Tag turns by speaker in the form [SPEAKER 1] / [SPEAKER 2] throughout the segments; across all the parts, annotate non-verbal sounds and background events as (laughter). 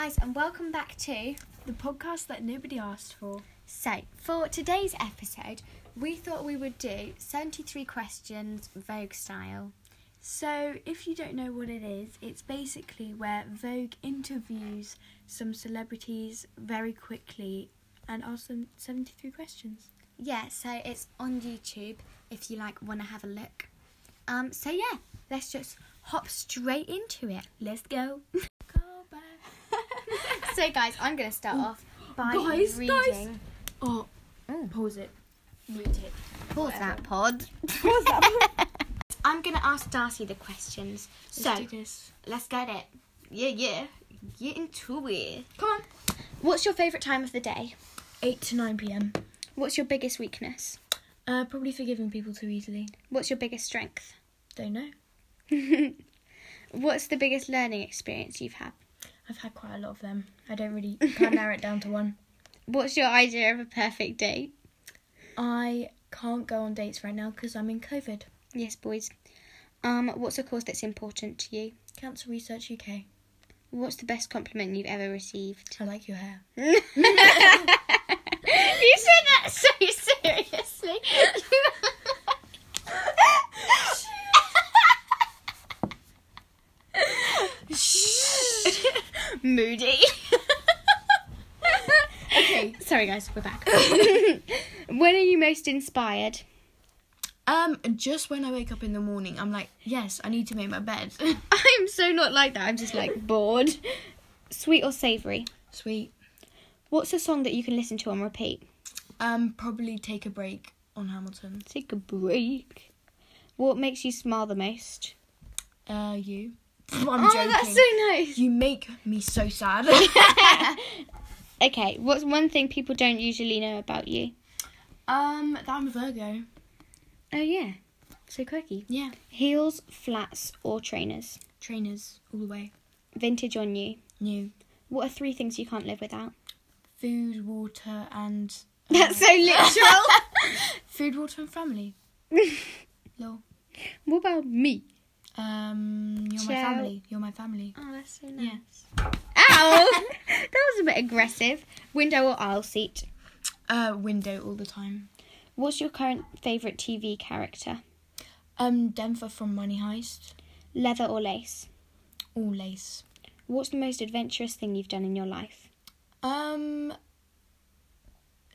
[SPEAKER 1] guys, and welcome back to.
[SPEAKER 2] The podcast that nobody asked for.
[SPEAKER 1] So, for today's episode, we thought we would do 73 questions Vogue style.
[SPEAKER 2] So, if you don't know what it is, it's basically where Vogue interviews some celebrities very quickly and asks them 73 questions.
[SPEAKER 1] Yeah, so it's on YouTube if you like want to have a look. Um, so yeah, let's just hop straight into it. Let's go.
[SPEAKER 2] (laughs) Go back.
[SPEAKER 1] (laughs) so guys, I'm gonna start off by
[SPEAKER 2] Guys, guys.
[SPEAKER 1] reading.
[SPEAKER 2] Oh,
[SPEAKER 1] Mm.
[SPEAKER 2] pause it. Mute it.
[SPEAKER 1] Pause that pod.
[SPEAKER 2] Pause that.
[SPEAKER 1] (laughs) I'm gonna ask Darcy the questions. So
[SPEAKER 2] Let's do this.
[SPEAKER 1] let's get it. Yeah, yeah, get into it.
[SPEAKER 2] Come on.
[SPEAKER 1] What's your favourite time of the day?
[SPEAKER 2] 8 to 9 pm.
[SPEAKER 1] What's your biggest weakness?
[SPEAKER 2] Uh, probably forgiving people too easily.
[SPEAKER 1] What's your biggest strength?
[SPEAKER 2] Don't know.
[SPEAKER 1] What's the biggest learning experience you've had?
[SPEAKER 2] I've had quite a lot of them. I don't (laughs) really can't narrow it down to one.
[SPEAKER 1] What's your idea of a perfect date?
[SPEAKER 2] I can't go on dates right now because I'm in COVID.
[SPEAKER 1] Yes, boys. Um, what's a cause that's important to you?
[SPEAKER 2] Cancer Research UK.
[SPEAKER 1] What's the best compliment you've ever received?
[SPEAKER 2] I like your hair.
[SPEAKER 1] You said that so seriously. Moody.
[SPEAKER 2] Okay.
[SPEAKER 1] Sorry, guys, we're back. (laughs) when are you most inspired?
[SPEAKER 2] Um, just when I wake up in the morning, I'm like, yes, I need to make my bed. (laughs)
[SPEAKER 1] I'm so not like that. I'm just like bored. Sweet or savoury?
[SPEAKER 2] Sweet.
[SPEAKER 1] What's a song that you can listen to on repeat?
[SPEAKER 2] Um, probably take a break on Hamilton.
[SPEAKER 1] Take a break. What makes you smile the most?
[SPEAKER 2] Uh, you. (laughs) I'm
[SPEAKER 1] oh,
[SPEAKER 2] joking.
[SPEAKER 1] that's so nice.
[SPEAKER 2] You make me so sad. (laughs)
[SPEAKER 1] (laughs) Okay, what's one thing people don't usually know about you?
[SPEAKER 2] um, that I'm a Virgo.
[SPEAKER 1] Oh yeah, so quirky.
[SPEAKER 2] Yeah.
[SPEAKER 1] Heels, flats, or trainers?
[SPEAKER 2] Trainers all the way.
[SPEAKER 1] Vintage or new?
[SPEAKER 2] New.
[SPEAKER 1] What are three things you can't live without?
[SPEAKER 2] Food, water, and
[SPEAKER 1] (laughs) That's so literal.
[SPEAKER 2] food, water, and family. Lol.
[SPEAKER 1] (laughs) what about me?
[SPEAKER 2] Um, you're my
[SPEAKER 1] Ciao.
[SPEAKER 2] family. You're my family.
[SPEAKER 1] Oh, that's so
[SPEAKER 2] nice.
[SPEAKER 1] (laughs) Ow! that was a bit aggressive. Window or aisle seat?
[SPEAKER 2] Uh, window all the time.
[SPEAKER 1] What's your current favourite TV character?
[SPEAKER 2] Um, Denver from Money Heist.
[SPEAKER 1] Leather or lace?
[SPEAKER 2] All lace.
[SPEAKER 1] What's the most adventurous thing you've done in your life?
[SPEAKER 2] Um,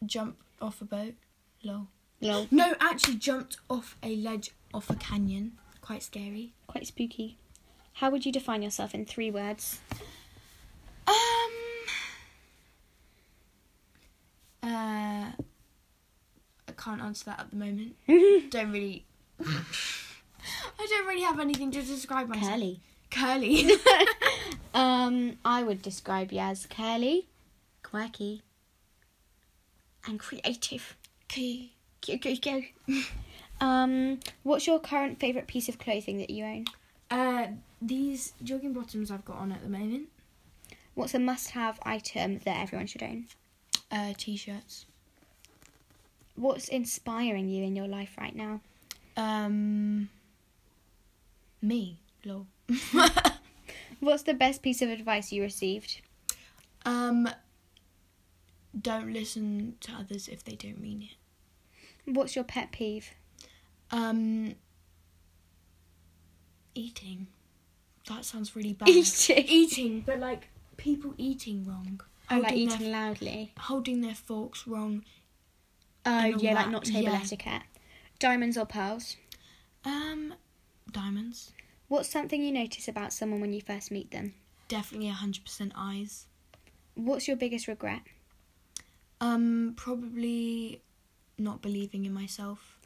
[SPEAKER 2] jump off a boat. Lol.
[SPEAKER 1] Lol,
[SPEAKER 2] No, actually jumped off a ledge off a canyon. Quite scary.
[SPEAKER 1] quite spooky. How would you define yourself in three words?
[SPEAKER 2] Um. Uh, I can't answer that at the moment. don't really. (laughs) I don't really have anything to describe myself.
[SPEAKER 1] Curly.
[SPEAKER 2] Curly. (laughs)
[SPEAKER 1] Um, I would describe you as curly, quirky, and creative.
[SPEAKER 2] Curly.
[SPEAKER 1] Go, go, go. (laughs) um, what's your current favourite piece of clothing that you own?
[SPEAKER 2] Uh, these jogging bottoms I've got on at the moment.
[SPEAKER 1] What's a must have item that everyone should own?
[SPEAKER 2] Uh, t-shirts.
[SPEAKER 1] What's inspiring you in your life right now?
[SPEAKER 2] Um, me. Lol.
[SPEAKER 1] What's the best piece of advice you received?
[SPEAKER 2] Um, don't listen to others if they don't mean it.
[SPEAKER 1] What's your pet peeve?
[SPEAKER 2] Um, eating. That sounds really
[SPEAKER 1] (laughs)
[SPEAKER 2] bad.
[SPEAKER 1] Eating.
[SPEAKER 2] Eating, but like people eating wrong.
[SPEAKER 1] I like
[SPEAKER 2] Holding
[SPEAKER 1] eating
[SPEAKER 2] Their,
[SPEAKER 1] loudly.
[SPEAKER 2] holding their forks wrong.
[SPEAKER 1] Oh,
[SPEAKER 2] and all
[SPEAKER 1] yeah, like
[SPEAKER 2] that.
[SPEAKER 1] not table
[SPEAKER 2] Yeah.
[SPEAKER 1] etiquette. Diamonds or pearls?
[SPEAKER 2] Um, diamonds.
[SPEAKER 1] What's something you notice about someone when you first meet them?
[SPEAKER 2] Definitely hundred percent eyes.
[SPEAKER 1] What's your biggest regret?
[SPEAKER 2] Um, probably not believing in myself.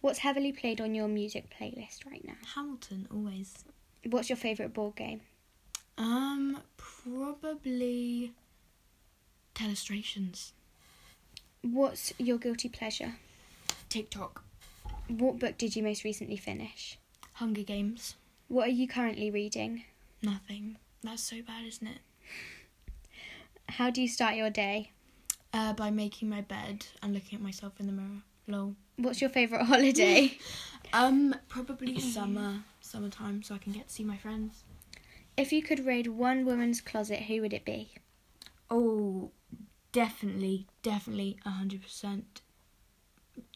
[SPEAKER 1] What's heavily played on your music playlist right now?
[SPEAKER 2] Hamilton always.
[SPEAKER 1] What's your favourite board game?
[SPEAKER 2] Um, probably telestrations.
[SPEAKER 1] What's your guilty pleasure?
[SPEAKER 2] TikTok,
[SPEAKER 1] What book did you most recently finish?
[SPEAKER 2] Hunger Games,
[SPEAKER 1] What are you currently reading?
[SPEAKER 2] nothing. That's so bad, isn't it?
[SPEAKER 1] How do you start your day?
[SPEAKER 2] Uh, by making my bed and looking at myself in the mirror. Lol.
[SPEAKER 1] What's your favourite (laughs) holiday?
[SPEAKER 2] Um, probably (laughs) summer, summertime, so I can get to see my friends.
[SPEAKER 1] if you could raid one woman's closet, who would it be?
[SPEAKER 2] Oh, definitely, definitely, hundred percent.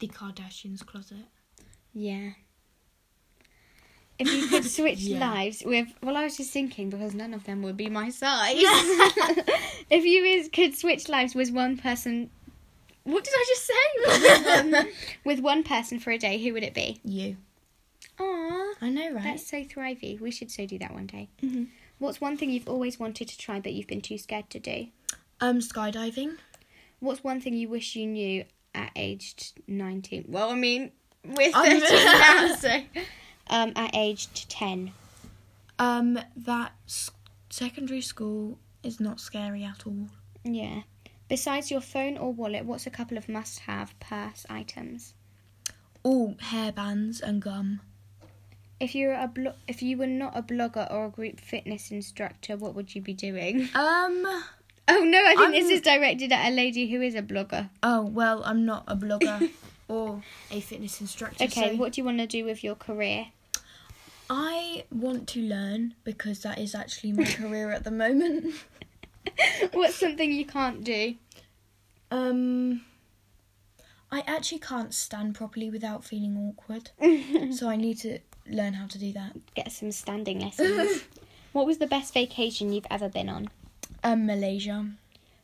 [SPEAKER 2] The Kardashians closet.
[SPEAKER 1] Yeah. If you could switch
[SPEAKER 2] Yeah.
[SPEAKER 1] lives with, well, I was just thinking because none of them would be my size. (laughs) if you is, could switch lives with one person, what did I just say? with one person for a day, who would it be?
[SPEAKER 2] You.
[SPEAKER 1] Aww,
[SPEAKER 2] I know, right?
[SPEAKER 1] that's so thrivey. We should so do that one day.
[SPEAKER 2] Mhm.
[SPEAKER 1] What's one thing you've always wanted to try but you've been too scared to do?
[SPEAKER 2] Um, skydiving.
[SPEAKER 1] What's one thing you wish you knew at aged 19? Well, I mean, we're
[SPEAKER 2] I'm-
[SPEAKER 1] 13
[SPEAKER 2] (laughs)
[SPEAKER 1] now, so. Um, at aged 10.
[SPEAKER 2] Um, that s- secondary school is not scary at all.
[SPEAKER 1] Yeah. Besides your phone or wallet, what's a couple of must have purse items?
[SPEAKER 2] All hairbands and gum.
[SPEAKER 1] If you were a blo- if you were not a blogger or a group fitness instructor, what would you be doing? (laughs)
[SPEAKER 2] Um.
[SPEAKER 1] Oh no, I think
[SPEAKER 2] I'm-
[SPEAKER 1] this is directed at a lady who is a blogger.
[SPEAKER 2] Oh well, I'm not a
[SPEAKER 1] (laughs)
[SPEAKER 2] blogger or a fitness instructor.
[SPEAKER 1] Okay,
[SPEAKER 2] so
[SPEAKER 1] what do you want to do with your career? (laughs)
[SPEAKER 2] I want to learn because that is
[SPEAKER 1] (laughs)
[SPEAKER 2] actually my career at the moment.
[SPEAKER 1] what's something you can't do?
[SPEAKER 2] Um, I actually can't stand properly without feeling
[SPEAKER 1] (laughs)
[SPEAKER 2] awkward, so I need to learn how to do that.
[SPEAKER 1] Get some standing
[SPEAKER 2] (laughs)
[SPEAKER 1] lessons. what was the best vacation you've ever been on?
[SPEAKER 2] Um, Malaysia,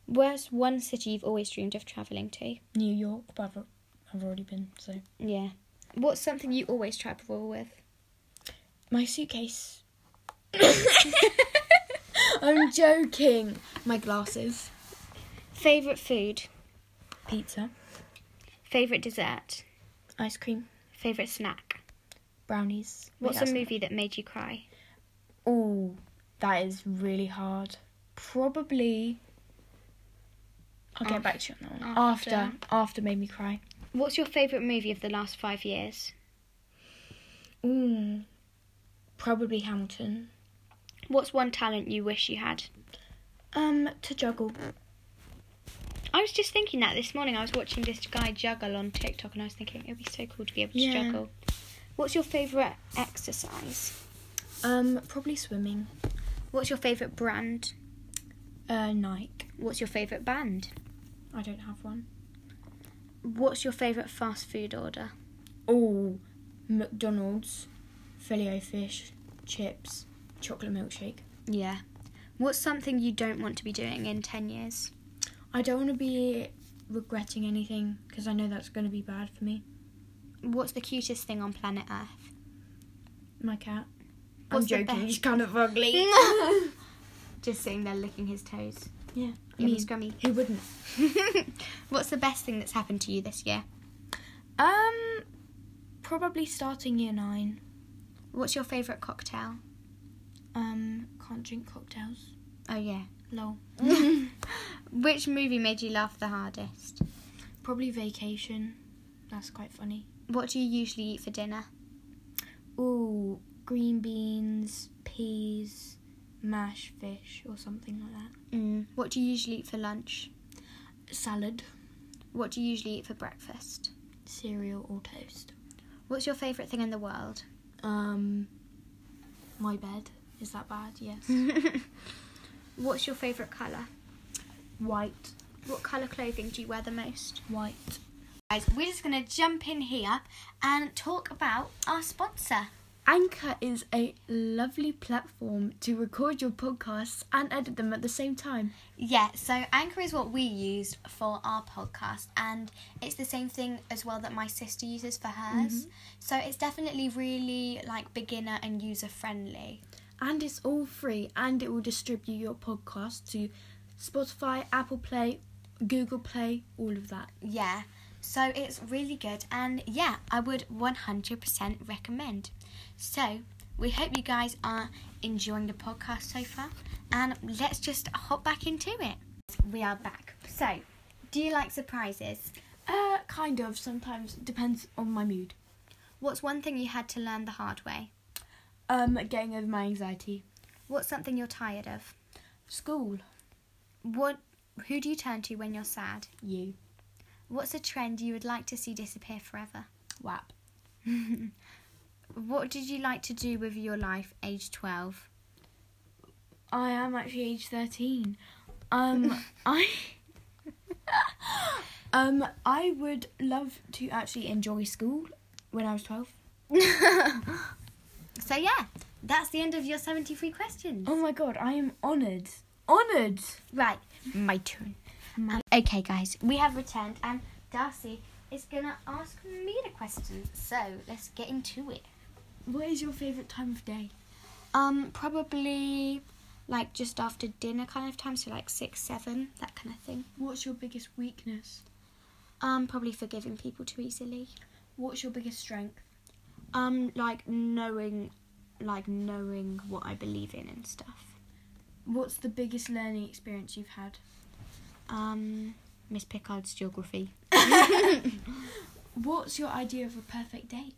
[SPEAKER 1] Where's one city you've always dreamed of travelling to?
[SPEAKER 2] New York, but I've, I've already been. So
[SPEAKER 1] Yeah. What's something you always travel with? (laughs)
[SPEAKER 2] my suitcase. (laughs) I'm joking. My glasses.
[SPEAKER 1] Favourite food?
[SPEAKER 2] Pizza,
[SPEAKER 1] Favourite dessert?
[SPEAKER 2] ice cream,
[SPEAKER 1] Favourite snack?
[SPEAKER 2] brownies. Wait,
[SPEAKER 1] What's
[SPEAKER 2] that's
[SPEAKER 1] a
[SPEAKER 2] not-
[SPEAKER 1] movie that made you cry?
[SPEAKER 2] Oh, that is really hard. Probably. I'll get
[SPEAKER 1] Af-
[SPEAKER 2] back to you on that one.
[SPEAKER 1] after.
[SPEAKER 2] After. After made me cry.
[SPEAKER 1] What's your favourite movie of the last five years?
[SPEAKER 2] Mm, probably Hamilton.
[SPEAKER 1] What's one talent you wish you had?
[SPEAKER 2] Um, to juggle.
[SPEAKER 1] I was just thinking that this morning. I was watching this guy juggle on TikTok and I was thinking it would be so cool to be able to
[SPEAKER 2] Yeah.
[SPEAKER 1] juggle. What's your favourite exercise?
[SPEAKER 2] Um, probably swimming.
[SPEAKER 1] What's your favourite brand?
[SPEAKER 2] Uh, Nike.
[SPEAKER 1] What's your favourite band?
[SPEAKER 2] I don't have one.
[SPEAKER 1] What's your favourite fast food order?
[SPEAKER 2] Oh, McDonald's, filet fish, chips, chocolate milkshake.
[SPEAKER 1] Yeah. What's something you don't want to be doing in 10 years?
[SPEAKER 2] I don't want to be regretting anything because I know that's going to be bad for me.
[SPEAKER 1] What's the cutest thing on planet (laughs) Earth?
[SPEAKER 2] My cat.
[SPEAKER 1] What's
[SPEAKER 2] I'm
[SPEAKER 1] the
[SPEAKER 2] joking.
[SPEAKER 1] best?
[SPEAKER 2] He's kind
[SPEAKER 1] (laughs)
[SPEAKER 2] of ugly.
[SPEAKER 1] Just sitting there licking his toes.
[SPEAKER 2] yeah.
[SPEAKER 1] Yummy
[SPEAKER 2] Mean.
[SPEAKER 1] scrummy.
[SPEAKER 2] Who wouldn't?
[SPEAKER 1] (laughs) What's the best thing that's happened to you this year?
[SPEAKER 2] Um, probably starting year nine.
[SPEAKER 1] What's your favourite cocktail?
[SPEAKER 2] Um, can't drink cocktails.
[SPEAKER 1] Oh, yeah.
[SPEAKER 2] (laughs) Lol.
[SPEAKER 1] Which movie made you laugh the hardest?
[SPEAKER 2] Probably vacation. That's quite funny.
[SPEAKER 1] What do you usually eat for dinner?
[SPEAKER 2] Ooh, green beans, peas, mash fish, or something like that.
[SPEAKER 1] Mm. What do you usually eat for lunch?
[SPEAKER 2] Salad,
[SPEAKER 1] What do you usually eat for breakfast?
[SPEAKER 2] cereal, or toast.
[SPEAKER 1] What's your favourite thing in the world?
[SPEAKER 2] Um, my bed. Is that bad? (laughs) Yes.
[SPEAKER 1] What's your favourite colour?
[SPEAKER 2] white,
[SPEAKER 1] What colour clothing do you wear the most?
[SPEAKER 2] white.
[SPEAKER 1] Guys, we're just going to jump in here and talk about our sponsor.
[SPEAKER 2] Anchor is a lovely platform to record your podcasts and edit them at the same time.
[SPEAKER 1] Yeah, so Anchor is what we use for our podcast, and it's the same thing as well that my sister uses for hers. So it's definitely really like beginner and user friendly.
[SPEAKER 2] And it's all free and it will distribute your podcast to Spotify, Apple Play, Google Play, all of that.
[SPEAKER 1] Yeah, so it's really good, and yeah, I would 100% recommend. So we hope you guys are enjoying the podcast so far, and let's just hop back into it. We are back. So, do you like surprises?
[SPEAKER 2] Uh, kind of. Sometimes depends on my mood.
[SPEAKER 1] What's one thing you had to learn the hard way?
[SPEAKER 2] Um, getting over my anxiety.
[SPEAKER 1] What's something you're tired of?
[SPEAKER 2] School.
[SPEAKER 1] What? Who do you turn to when you're sad?
[SPEAKER 2] You.
[SPEAKER 1] What's a trend you would like to see disappear forever?
[SPEAKER 2] Wap.
[SPEAKER 1] What did you like to do with your life, age twelve?
[SPEAKER 2] I am actually age thirteen. Um, (laughs) I. um, I would love to actually enjoy school when I was twelve.
[SPEAKER 1] (laughs) so yeah, that's the end of your seventy-three questions.
[SPEAKER 2] Oh my god, I am honoured. Honoured.
[SPEAKER 1] Right.
[SPEAKER 2] My turn.
[SPEAKER 1] Um, okay, guys, we have returned, and Darcy is gonna ask me the question. So let's get into it.
[SPEAKER 2] What is your favourite time of day?
[SPEAKER 1] Um, probably like just after dinner kind of time, so like six, seven, that kind of thing.
[SPEAKER 2] What's your biggest weakness?
[SPEAKER 1] Um, probably forgiving people too easily.
[SPEAKER 2] What's your biggest strength?
[SPEAKER 1] Um, like knowing, like knowing what I believe in and stuff.
[SPEAKER 2] What's the biggest learning experience you've had?
[SPEAKER 1] Um, Miss Pickard's geography.
[SPEAKER 2] What's your idea of a perfect date?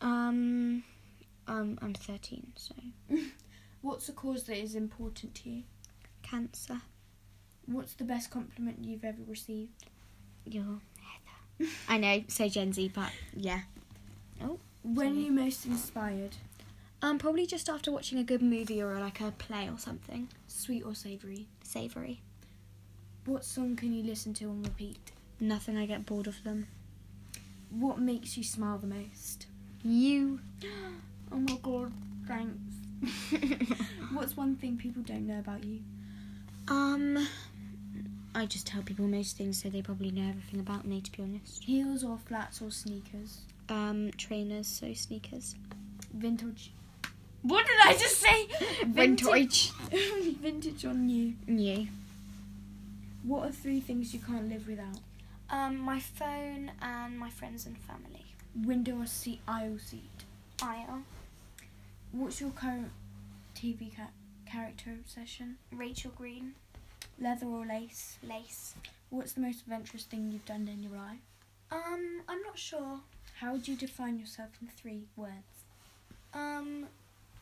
[SPEAKER 1] Um, um, I'm 13, so
[SPEAKER 2] What's a cause that is important to you?
[SPEAKER 1] cancer.
[SPEAKER 2] What's the best compliment you've ever received?
[SPEAKER 1] You're Heather. I know, so Gen Z, but yeah.
[SPEAKER 2] When are you most inspired?
[SPEAKER 1] Um, probably just after watching a good movie or like a play or something.
[SPEAKER 2] Sweet or savoury?
[SPEAKER 1] Savory.
[SPEAKER 2] What song can you listen to on repeat?
[SPEAKER 1] Nothing. I get bored of them.
[SPEAKER 2] What makes you smile the most? (gasps)
[SPEAKER 1] (laughs) You.
[SPEAKER 2] Oh my god, thanks. What's one thing people don't know about you?
[SPEAKER 1] um, I just tell people most things, so they probably know everything about me. To be honest.
[SPEAKER 2] Heels or flats or sneakers?
[SPEAKER 1] Um, trainers, so sneakers.
[SPEAKER 2] Vintage. What did I just (laughs) say? Vintage (laughs) or new?
[SPEAKER 1] New.
[SPEAKER 2] What are three things you can't live without?
[SPEAKER 1] Um, my phone and my friends and family.
[SPEAKER 2] Window or seat, aisle seat?
[SPEAKER 1] I'll
[SPEAKER 2] What's your current TV ca- character obsession?
[SPEAKER 1] Rachel Green.
[SPEAKER 2] Leather or lace?
[SPEAKER 1] Lace.
[SPEAKER 2] What's the most adventurous thing you've done in your life?
[SPEAKER 1] Um, I'm not sure.
[SPEAKER 2] How would you define yourself in three words?
[SPEAKER 1] Um,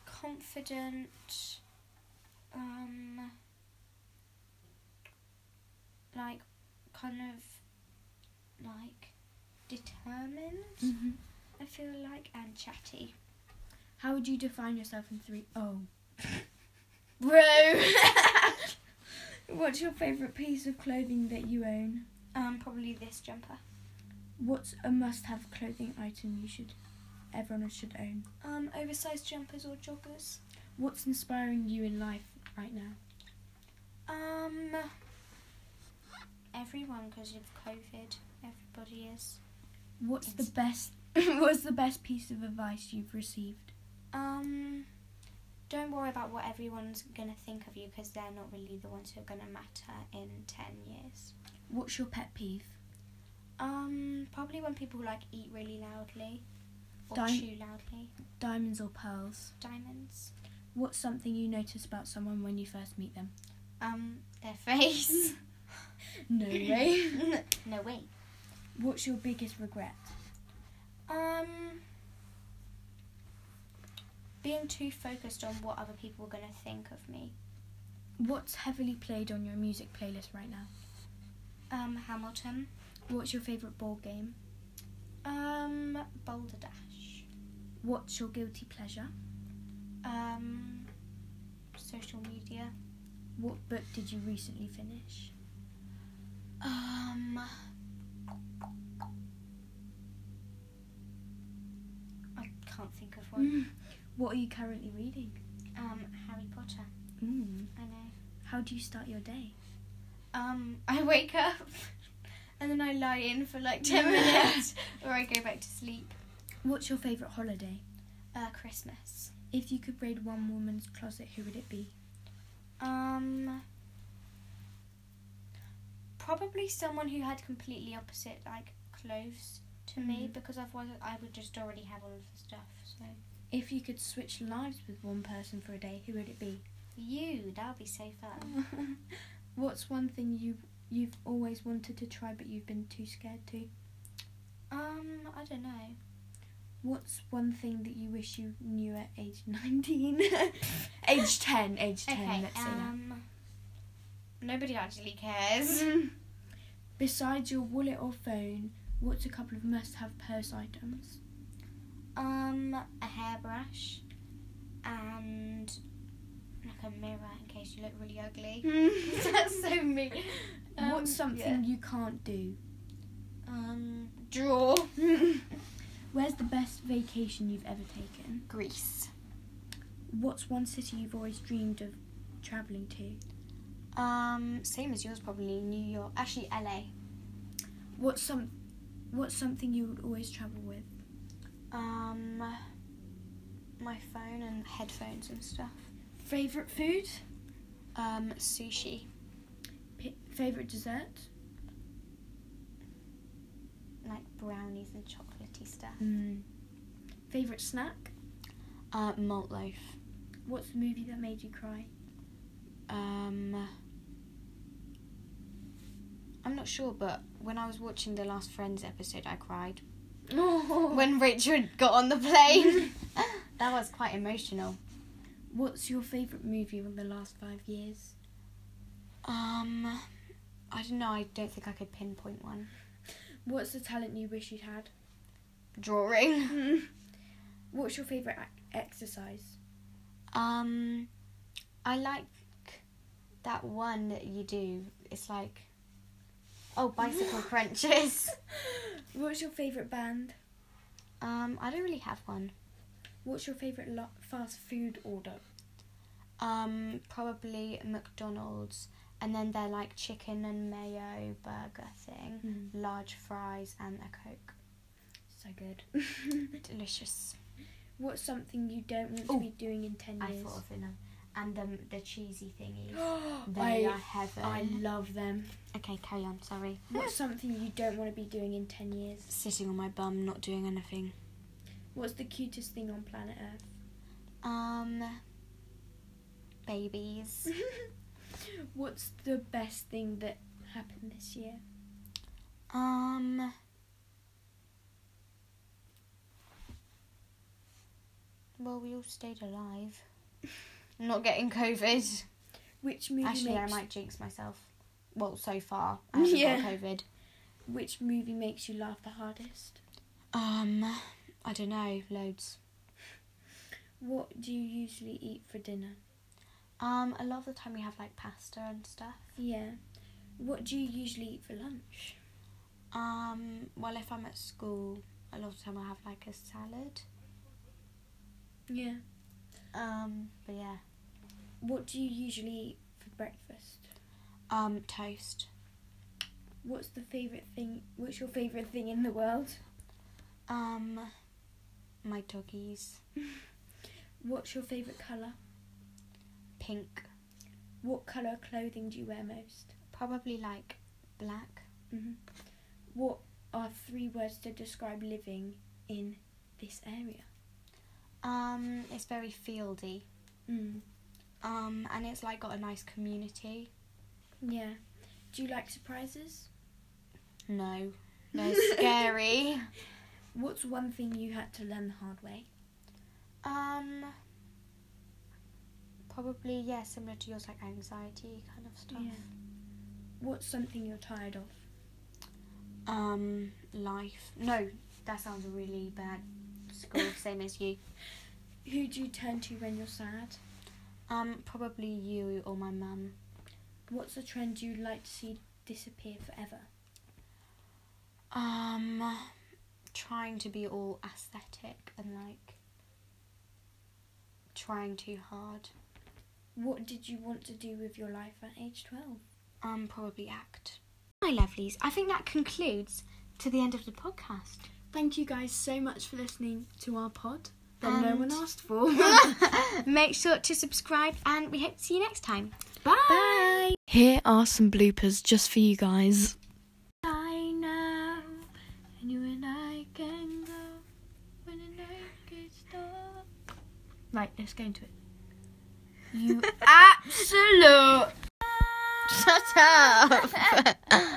[SPEAKER 1] confident. Um, like, kind of, like, determined.
[SPEAKER 2] Mm-hmm.
[SPEAKER 1] I feel like and chatty.
[SPEAKER 2] How would you define yourself in three? (laughs) Oh,
[SPEAKER 1] Bro.
[SPEAKER 2] what's your favorite piece of clothing that you own?
[SPEAKER 1] um, probably this jumper.
[SPEAKER 2] What's a must-have clothing item you should, everyone should own?
[SPEAKER 1] Um, oversized jumpers or joggers.
[SPEAKER 2] What's inspiring you in life right now?
[SPEAKER 1] Um, everyone because of COVID, everybody is.
[SPEAKER 2] What's the best? (laughs) what's the best piece of advice you've received?
[SPEAKER 1] Um, don't worry about what everyone's gonna think of you because they're not really the ones who are gonna matter in ten years.
[SPEAKER 2] What's your pet peeve?
[SPEAKER 1] Um, probably when people like eat really loudly or
[SPEAKER 2] Don't-
[SPEAKER 1] chew loudly.
[SPEAKER 2] Diamonds or pearls?
[SPEAKER 1] Diamonds.
[SPEAKER 2] What's something you notice about someone when you first meet them?
[SPEAKER 1] Um, their (laughs) face.
[SPEAKER 2] No way. (laughs)
[SPEAKER 1] no way.
[SPEAKER 2] What's your biggest regret?
[SPEAKER 1] Um, being too focused on what other people are gonna think of me.
[SPEAKER 2] What's heavily played on your music playlist right now?
[SPEAKER 1] Um, Hamilton.
[SPEAKER 2] What's your favourite board game?
[SPEAKER 1] Um, Boulder Dash.
[SPEAKER 2] What's your guilty pleasure?
[SPEAKER 1] Um, social media.
[SPEAKER 2] What book did you recently finish?
[SPEAKER 1] Um, I can't think of one.
[SPEAKER 2] Mm. What are you currently reading?
[SPEAKER 1] Um, Harry Potter.
[SPEAKER 2] Mm.
[SPEAKER 1] I know.
[SPEAKER 2] How do you start your day?
[SPEAKER 1] Um, I wake up (laughs) and then I lie in for like (laughs) ten minutes, or I go back to sleep.
[SPEAKER 2] What's your favourite holiday?
[SPEAKER 1] Uh, Christmas.
[SPEAKER 2] If you could raid one woman's closet, who would it be?
[SPEAKER 1] Um. Probably someone who had completely opposite like clothes to me
[SPEAKER 2] Mhm.
[SPEAKER 1] because otherwise I would just already have all of the stuff. So
[SPEAKER 2] If you could switch lives with one person for a day, who would it be? (laughs)
[SPEAKER 1] you, that would be so fun.
[SPEAKER 2] What's one thing you you've always wanted to try but you've been too scared to?
[SPEAKER 1] Um, I don't know.
[SPEAKER 2] What's one thing that you wish you knew at age (laughs) 19? age 10,
[SPEAKER 1] Okay.
[SPEAKER 2] age 10, let's say that.
[SPEAKER 1] Um. Nobody actually (laughs) cares.
[SPEAKER 2] Besides your wallet or phone, what's a couple of must have purse items?
[SPEAKER 1] Um, a hairbrush and like a mirror in case case you look really (laughs) ugly.
[SPEAKER 2] Mm.
[SPEAKER 1] That's so me. Um,
[SPEAKER 2] What's something you can't do?
[SPEAKER 1] yeah. Um, (laughs) draw.
[SPEAKER 2] Where's the best vacation you've ever taken?
[SPEAKER 1] Greece.
[SPEAKER 2] What's one city you've always dreamed of travelling to?
[SPEAKER 1] Um, same as yours probably. New York. Actually, LA.
[SPEAKER 2] What's some what's something you would always travel with?
[SPEAKER 1] Um, my phone and headphones and stuff.
[SPEAKER 2] Favorite food?
[SPEAKER 1] Um, sushi.
[SPEAKER 2] P- favorite dessert?
[SPEAKER 1] Like brownies and chocolatey stuff.
[SPEAKER 2] Mm. Favorite snack?
[SPEAKER 1] Uh, malt loaf.
[SPEAKER 2] What's the movie that made
[SPEAKER 1] (laughs)
[SPEAKER 2] you cry?
[SPEAKER 1] Um, I'm not sure, but when I was watching the last Friends episode, I cried
[SPEAKER 2] Oh.
[SPEAKER 1] when Rachel got on the plane. that was quite emotional.
[SPEAKER 2] What's your favorite movie of the last five years?
[SPEAKER 1] Um, I don't know. I don't think I could pinpoint one.
[SPEAKER 2] What's the talent you wish you'd had?
[SPEAKER 1] Drawing.
[SPEAKER 2] What's your favorite ac- exercise?
[SPEAKER 1] Um, I like that one that you do. It's like, oh, bicycle crunches.
[SPEAKER 2] What's your favorite band?
[SPEAKER 1] Um, I don't really have one.
[SPEAKER 2] What's your favorite lo- fast food order?
[SPEAKER 1] Um, probably McDonald's, and then they're like chicken and mayo burger thing, large fries and a coke.
[SPEAKER 2] So good.
[SPEAKER 1] (laughs) Delicious.
[SPEAKER 2] What's something you don't want
[SPEAKER 1] Ooh.
[SPEAKER 2] to be doing in ten
[SPEAKER 1] I
[SPEAKER 2] years?
[SPEAKER 1] thought of enough. And the the cheesy thingies. They are
[SPEAKER 2] (gasps) I,
[SPEAKER 1] heaven.
[SPEAKER 2] I love them.
[SPEAKER 1] okay, carry on. Sorry. (laughs)
[SPEAKER 2] What's something you don't want to be doing in ten years?
[SPEAKER 1] Sitting on my bum, not doing anything.
[SPEAKER 2] What's the cutest thing on planet
[SPEAKER 1] (laughs)
[SPEAKER 2] Earth?
[SPEAKER 1] Um. Babies.
[SPEAKER 2] What's the best thing that happened this year?
[SPEAKER 1] Um. Well, we all stayed alive. (laughs) Not getting COVID.
[SPEAKER 2] Which movie
[SPEAKER 1] Actually, I
[SPEAKER 2] makes
[SPEAKER 1] might jinx myself. Well, so (laughs) far, I haven't
[SPEAKER 2] Yeah.
[SPEAKER 1] got COVID.
[SPEAKER 2] Which movie makes you laugh the hardest?
[SPEAKER 1] Um, I don't know, loads.
[SPEAKER 2] What do you usually eat for dinner?
[SPEAKER 1] Um, a lot of the time we have like pasta and stuff.
[SPEAKER 2] Yeah. What do you usually eat for lunch?
[SPEAKER 1] Um, well, if I'm at school, a lot of the time I have like a salad.
[SPEAKER 2] Yeah.
[SPEAKER 1] Um, but yeah.
[SPEAKER 2] What do you usually eat for breakfast?
[SPEAKER 1] Um, toast.
[SPEAKER 2] What's the favorite thing? What's your favorite thing in the world?
[SPEAKER 1] Um, my doggies.
[SPEAKER 2] What's your favorite color?
[SPEAKER 1] Pink.
[SPEAKER 2] What color clothing do you wear most?
[SPEAKER 1] Probably like black.
[SPEAKER 2] hmm What are three words to describe living in this area?
[SPEAKER 1] Um, it's very fieldy.
[SPEAKER 2] Mm.
[SPEAKER 1] Um, and it's like got a nice community.
[SPEAKER 2] Yeah. Do you like surprises?
[SPEAKER 1] No, no, scary. (laughs)
[SPEAKER 2] What's one thing you had to learn the hard way?
[SPEAKER 1] Um, probably yeah, similar to yours, like anxiety kind of stuff.
[SPEAKER 2] Yeah. What's something you're tired of?
[SPEAKER 1] Um, life. No, that sounds really bad. School, same as you.
[SPEAKER 2] Who do you turn to when you're sad?
[SPEAKER 1] Um, probably you or my mum.
[SPEAKER 2] What's a trend you'd like to see disappear forever?
[SPEAKER 1] Um, trying to be all aesthetic and like trying too hard.
[SPEAKER 2] What did you want to do with your life at age 12?
[SPEAKER 1] Um, probably act. My lovelies, I think that concludes to the end of the podcast.
[SPEAKER 2] Thank you guys so much for listening to our pod
[SPEAKER 1] that no one
[SPEAKER 2] asked for. (laughs)
[SPEAKER 1] Make sure to subscribe, and we hope to see you next time.
[SPEAKER 2] Bye.
[SPEAKER 3] Here are some bloopers just for you guys.
[SPEAKER 2] I know, and you and I can go when the night gets dark. Right, let's go into it. You absolute.
[SPEAKER 1] Shut up.